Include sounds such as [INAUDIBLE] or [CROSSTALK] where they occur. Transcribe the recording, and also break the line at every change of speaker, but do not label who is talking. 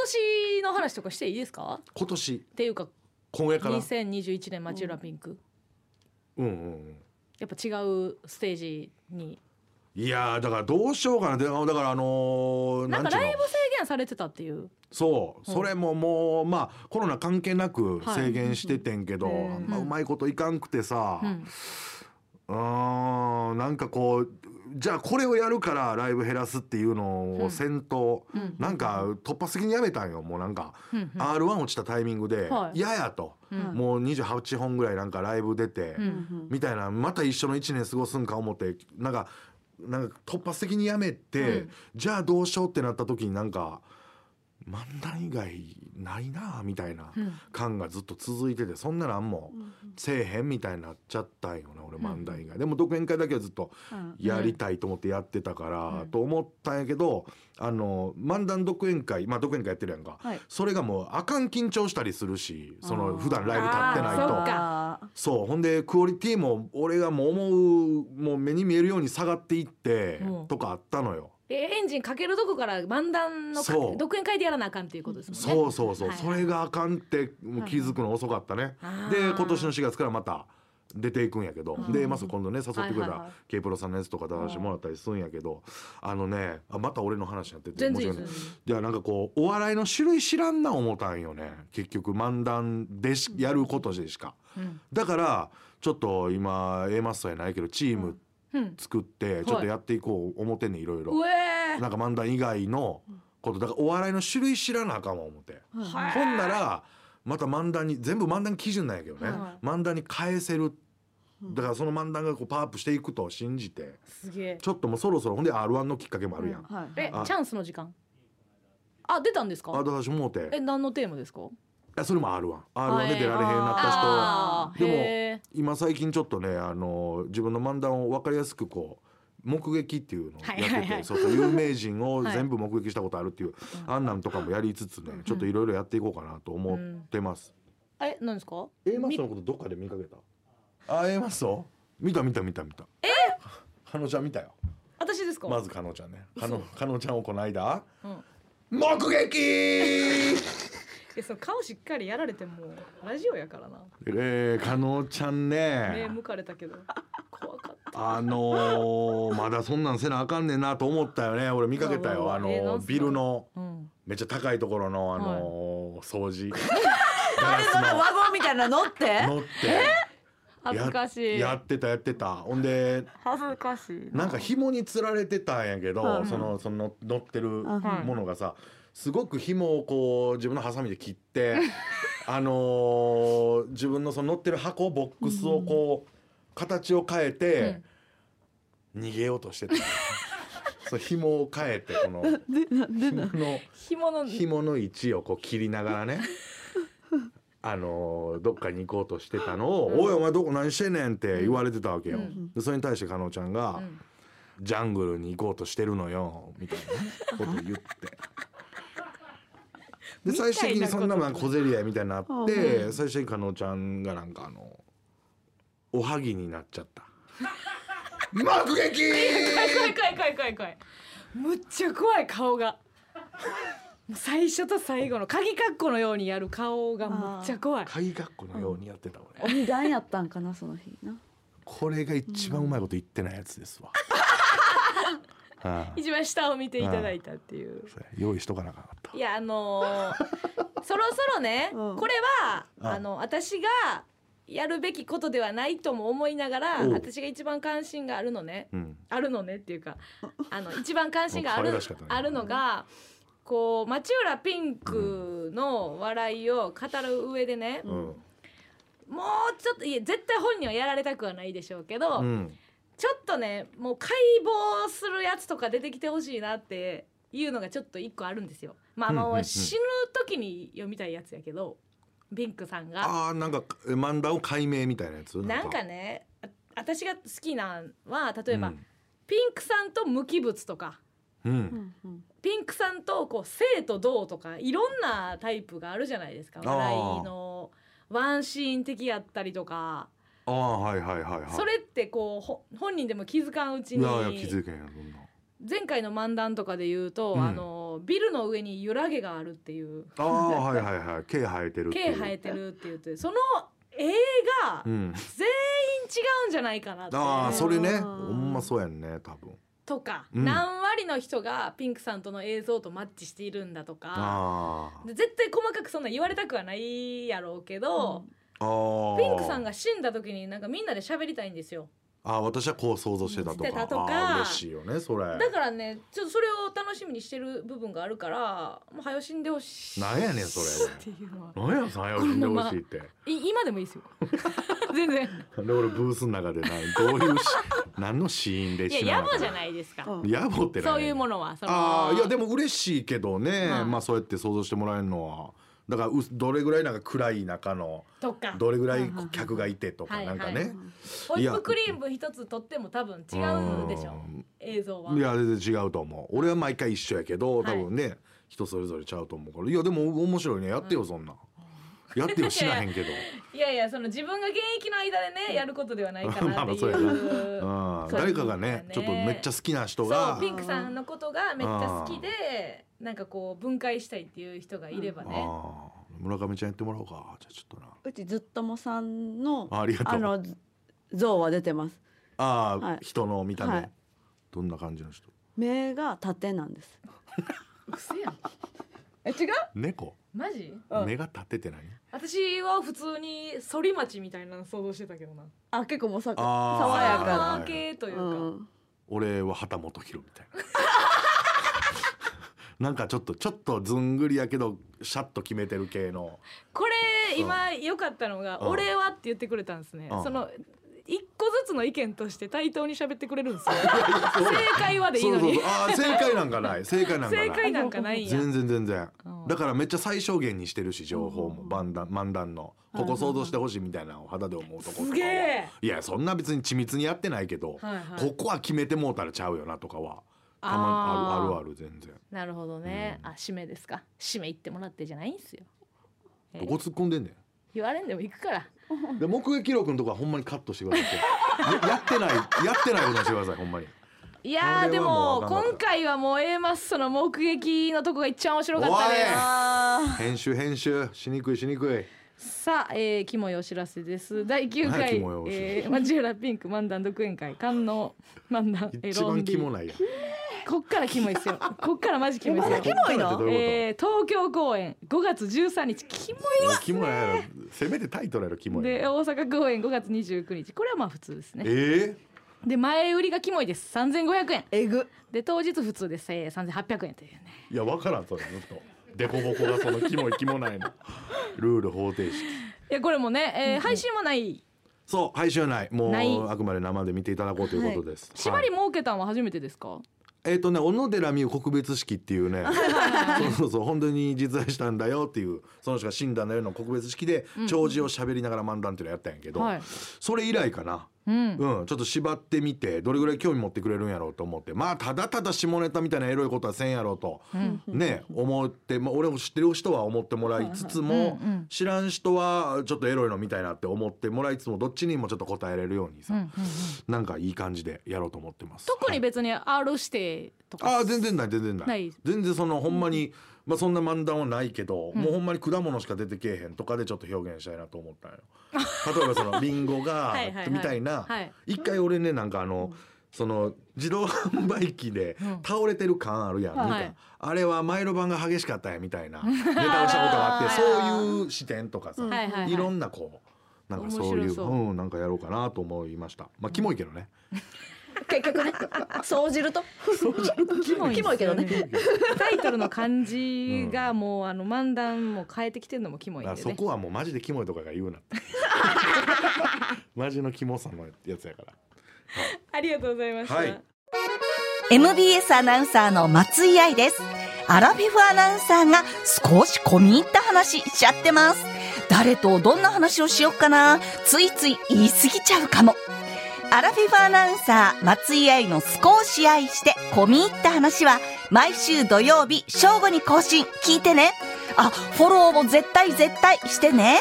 年の話とかしていいですか
今年
っていうか
今夜から
2021年町浦ピンク、
うんうんうん
やっぱ違うステージに
いやーだからどうしようかなでだからあのー
なんか
ちゅう
ラ
の
イブ制限されてたっていう
そう、
うん
それももうまあコロナ関係なく
はい
制限しててんけど、
うんうん
あんまうまいこといかんくてさ、うーんなんかこうじゃあこれをやるからライブ減らすっていうのを先頭、
うん
なんか突発的にやめたんよもうなんか、
うん
r 1落ちたタイミングで
は
「
い
嫌、や」と、
うん
もう28本ぐらいなんかライブ出て、
うん
みたいなまた一緒の1年過ごすんか思ってなんかなんか突発的にやめて、
うん
じゃあどうしようってなった時になんか漫談以外ないなあみたいな
うん
感がずっと続いててそんななんもせえへんみたいになっちゃったんよな俺漫談以外、でも独演会だけはずっとやりたいと思ってやってたから、
うん
と思ったんやけどあの漫談独演会まあ独演会やってるやんか、
はい
それがもうあかん緊張したりするしそ
あ
の
ー
普段ライブ立ってない
あー
と
そっ。か
そうほんでクオリティも俺がもう思うもう目に見えるように下がっていって
うん
とかあったのよ。
えエンジンかけるとこから漫談のか
そう
独演会でやらなあかんっていうことですもんね
そうそうそう、
はい
それがあかんってもう気づくの遅かったね。
あ
で
ー
今年の4月からまた出ていくんやけど、
うん
でまず今度ね誘ってくれ
はいはいは
た
い
k プロさんのやつとか出させてもらったりするんやけど、あのねあまた俺の話になってて
全然いいで
申し訳ない
す
いやなんかこうお笑いの種類知らんな思ったんよね結局漫談でしやることでしか。
うん
だからちょっと今 A マスターやないけどチーム
うん
作ってちょっとやっていこう表にいろいろ
うえ
なんか漫談以外のことだからお笑いの種類知らなあかんわ思って
はい
ほんならまた漫談に全部漫談基準なんやけどね
は
漫談に返せるだからその漫談がこうパワーアップしていくと信じて
すげえ
ちょっともうそろそろほんで r 1のきっかけもあるやん
え
あ
チャンスの時間あ出たんです
あ
か
だしもう
え
て
何のテーマですか
あそれも r 1 r
あ
1で
えー
出られへんなった人
あー
でも
へ
今最近ちょっとねあの自分の漫談を分かりやすくこう目撃っていうのをやってて、
はいはいはい
そうそう有名人を
はい
全部目撃したことあるっていう、あんなんとかもやりつつねちょっといろいろやっていこうかなと思ってます。
ーえ何ですか
A マッソのことどっかで見かけたあ A マッソ見た見た見た見た。えかのちゃん見たよ。
私ですか
まずかのちゃんね。かのかのちゃんをこの間、
うん
目撃 [LAUGHS]
えその顔しっかりやられてもラジオやからな
えー、かのちゃんね。
向かれたけど怖かった
あのー、まだそんなんせなあかんねんなと思ったよね俺見かけた
う
よ
わ
あ
うわえーな
の
ん
ー
すか
ビルの
うん
めっちゃ高いところのあのー
[LAUGHS]
掃除ガ
あれその
ラ
ワゴンみたいなの乗って
[LAUGHS] スの乗って
恥ずかしい
やってたやってたほんで
恥ずかしい
なんか紐につられてたんやけど
はい
そのその乗ってる
はい
ものがさすごく紐をこう自分のハサミで切ってあのー自分のその乗ってる箱ボックスをこう形を変えて逃げようとしてた。そう紐を変えてこの紐
紐の
の紐の位置をこう切りながらねあのーどっかに行こうとしてたのを「おいお前どこ何してんねん」って言われてたわけよ。
うん
でそれに対して加納ちゃんが、
ん
ジャングルに行こうとしてるのよ」みたいなことを
[LAUGHS]
言って。で最終的にそんなまあ小競り合いみたいになって最終的に加納ちゃんがなんかあのおはぎになっち
[LAUGHS]
ゃった。目 [LAUGHS] 撃
怖い怖い怖い怖い怖いむっちゃ怖い顔がもう最初と最後の鍵括弧のようにやる顔がむっちゃ怖い
鍵学校のようにやってた俺。
鬼団やったんかなその日な
これが一番うまいこと言ってないやつ
[LAUGHS]
ですわ。はあ
一番下を見ていただいたっていう
それ用意しとかなあかんかった
い。やあ
[LAUGHS]
のーそろそろね、
うん
これは
うん
あの私がやるべきことではないとも思いながら
おう
私が一番関心があるのね
うん。
あるのねっていうかあの一番関心があ
もう可愛
る
らしかったね
あるのがこう町浦ピンクの笑いを語る上でね、
うん。
もうちょっといや絶対本人はやられたくはないでしょうけど、
うん。
ちょっとねもう解剖するやつとか出てきてほしいなっていうのがちょっと一個あるんですよ。まあ
うんうん
も
うん
う死ぬ時に読みたいやつやけどビンクさんが。
ああなんかえ漫談を解明みたいなやつ。
なんかねあ私が好きなんは例えば、
うん
ピンクさんと無機物とか
うん。
ピンクさんとこう生と動とかいろんなタイプがあるじゃないですか
あー
笑いのワンシーン的やったりとか
ああはいはいはいはい。
それってこうほ本人でも気づかんうち
いやいや気
に
づけんやそんな。
前回の漫談とかで言うと、
うん
あののビルの上に揺ら毛があるっていう
ああはいはいはい毛生えてるってい
毛
う
生えてるって言ってその絵が
う
全員違
ん
うんじゃないかなって
ああそれね
あー
ほんまそうやんね多分
とか、
うん
何割の人がピンクさんとの映像とマッチしているんだとか
あー
で絶対細かくそんな言われたくはないやろうけど、
あー
ピンクさんが死んだ時になんかみんなで喋りたいんですよ
あー私はこう想像してたとか
してたとか
あー嬉しいよねそれ
だからねちょっとそれを楽しみにしてる部分があるからもう早死んでほしい
なんやねんそれ
っていうのは
なんやさんよ死んでほしいって
い今でもいいですよ [LAUGHS] 全然
で俺ブースの中でなどう
[LAUGHS]
いうし何のシーンで
いや野暮じゃないですか
うん
野暮って
そういう
の
ものはその
ああいやでも嬉しいけどね、
はい
まあそうやって想像してもらえるのはだからうどれぐらいなんか暗い中の
とか
どれぐらい客がいてとか
はい
なんか
は
ね
ホイ
い
ッ
や
プクリーム一つとっても多分違うでしょ
ん
映像はい
や全然違うと思う俺は毎回一緒やけど多
はい
分ね、人それぞれちゃうと思うからいやでも面白いねやってよそんなん、やってよ知らへんけ
[LAUGHS]
ど
いやいやその自分が現役の間でねやることではないかなってい
[LAUGHS] まあまあ
う
うん
そういう
誰
こ
か
と
が
だね
ねちょっとめっちゃ好きな人
そ
が
うピンクさんのことがめっちゃ好きでなんかこう分解したいっていう人がいればね
あー村上ちゃんやってもらおうかじゃあちょっと
うちずっともさんの
なあありが
あ
とう
の像は出てます。
ああ、
はい
人の見た目、
はい
どんな感じの人
目が縦なんです。
うせやん
え違う？
猫
マジ
うん
目が立ってて何
私は普通に反町みたいなの想像してたけどな
あ結構もさ
あー
爽やか
は
な。
パー系といううか
ん
俺は旗本博みたい [LAUGHS] ななんかちょっとちょっとずんぐりやけどシャッと決めてる系の
これ今良かったのが
う
「
ん
俺は」って言ってくれたんですね
うん
その一個ずつの意見として対等に喋ってくれるん
[LAUGHS]
ですよ正解はでいい
そ
の
うそう
に
そうああ正解なんかない正解なんかな
正
い
解なんかないんや
全然全然
うん
だからめっちゃ最小限にしてるし情報
う
も
ん
漫談漫談のここ想像してほしいみたいなのを肌で思うところ
すげえ
いやそんな別に緻密にやってないけど、
はいはい
ここは決めてもうたらちゃうよなとかはたま
あ
あ
ー
るあるある全然
なるほどね、
うん
あ締めですか締め行ってもらってじゃないんすよえ
どこ突っ込んでんね
言われんでも行くから
んで目撃録のとこはほんまにカットしてくださいややってないやってないことにしてくださいほんまに
いやー
これ
で
はもう
も
分かんなかった
今回はもう A マスその目撃のとこが一番面白かった
おい
で
あ
編集編集しにくいしにくい
すさあ、えー、キモいお知らせです第9
何や
回
キモいお知らせ
えー、マジュラピンク漫談独演会観音漫談えー
一
ロン
番
リ
キ
ー
モないやん
こっからキモいっすよこっからマジキモいっすよ
キモいの
こっからってどういうこと、
えー、東京公演5月13日キモい
キモいやろせめてタイトルやろキモい
で大阪公演5月29日これはまあ普通ですね
え
で前売りがキモいです3500円
ーえぐ。
で当日普通です、えー、3800円というね
ー、いやわからんそれずっとデコボコがそのキモいキモないのルール方程
い
式
やこれもね、えー配信もない
そう配信はないもう
ない
あくまで生で見ていただこうということです、
縛り設けたんは初めてですか、
えっ、とね小野寺美優告別式っていうねそうそうそう本当に実在したんだよっていうその人が死んだんだよの告別式で弔辞を喋りながら漫談っていうのやったんやけど、
はい
それ以来かな、
うん、
うん、ちょっと縛ってみてどれぐらい興味持ってくれるんやろうと思ってまあただただ下ネタみたいなエロいことはせんやろうと、
うん
ね思って、まあ、俺も知ってる人は思ってもらいつつも、
うんうん
知らん人はちょっとエロいのみたいなって思ってもらいつつもどっちにもちょっと答えれるようにさ、
うんうんうん
なんかいい感じでやろうと思ってます。
特に
はい
別に R 指定とか
あー全然ない全然ない
ない
全然そのほんまに、まあ、そんな漫談はないけど、もうほんまに果物しか出てけえへんとかでちょっと表現したいなと思った
[LAUGHS]
んよ例えばそのリンゴが
はいはいはい
みたいな、
はい
一回俺ねなんかあの、その自動販売機で
うん
倒れてる感あるやん、
はい
みたいなあれは前の晩が激しかったんやみた
[LAUGHS]
いなネタをしたことがあってそういう視点とかさ、
うん
はいはいはい
いろんなこうなんかそうい
面白
う
そう
うん、なんかやろうかなと思いましたまあキモいけどね、
結局 [LAUGHS] ね。総じると。
っすよ
キモいけどね
タイトルの漢字がもうあの漫談も変えてきてるのもキモいん
だ
で
からそ
ね
こはもうマジでキモいとかが言うなって
[LAUGHS]
マジのキモさのやつやから
ありがとうございました、
はい
MBS アナウンサーの松井愛です。アラフィフアナウンサーが少し込み入った話しちゃってます。誰とどんな話をしよっかな。ついつい言い過ぎちゃうかも。アラフィフアナウンサー松井愛の少し愛して込み入った話は毎週土曜日正午に更新聞いてね。あ、フォローも絶対絶対してね。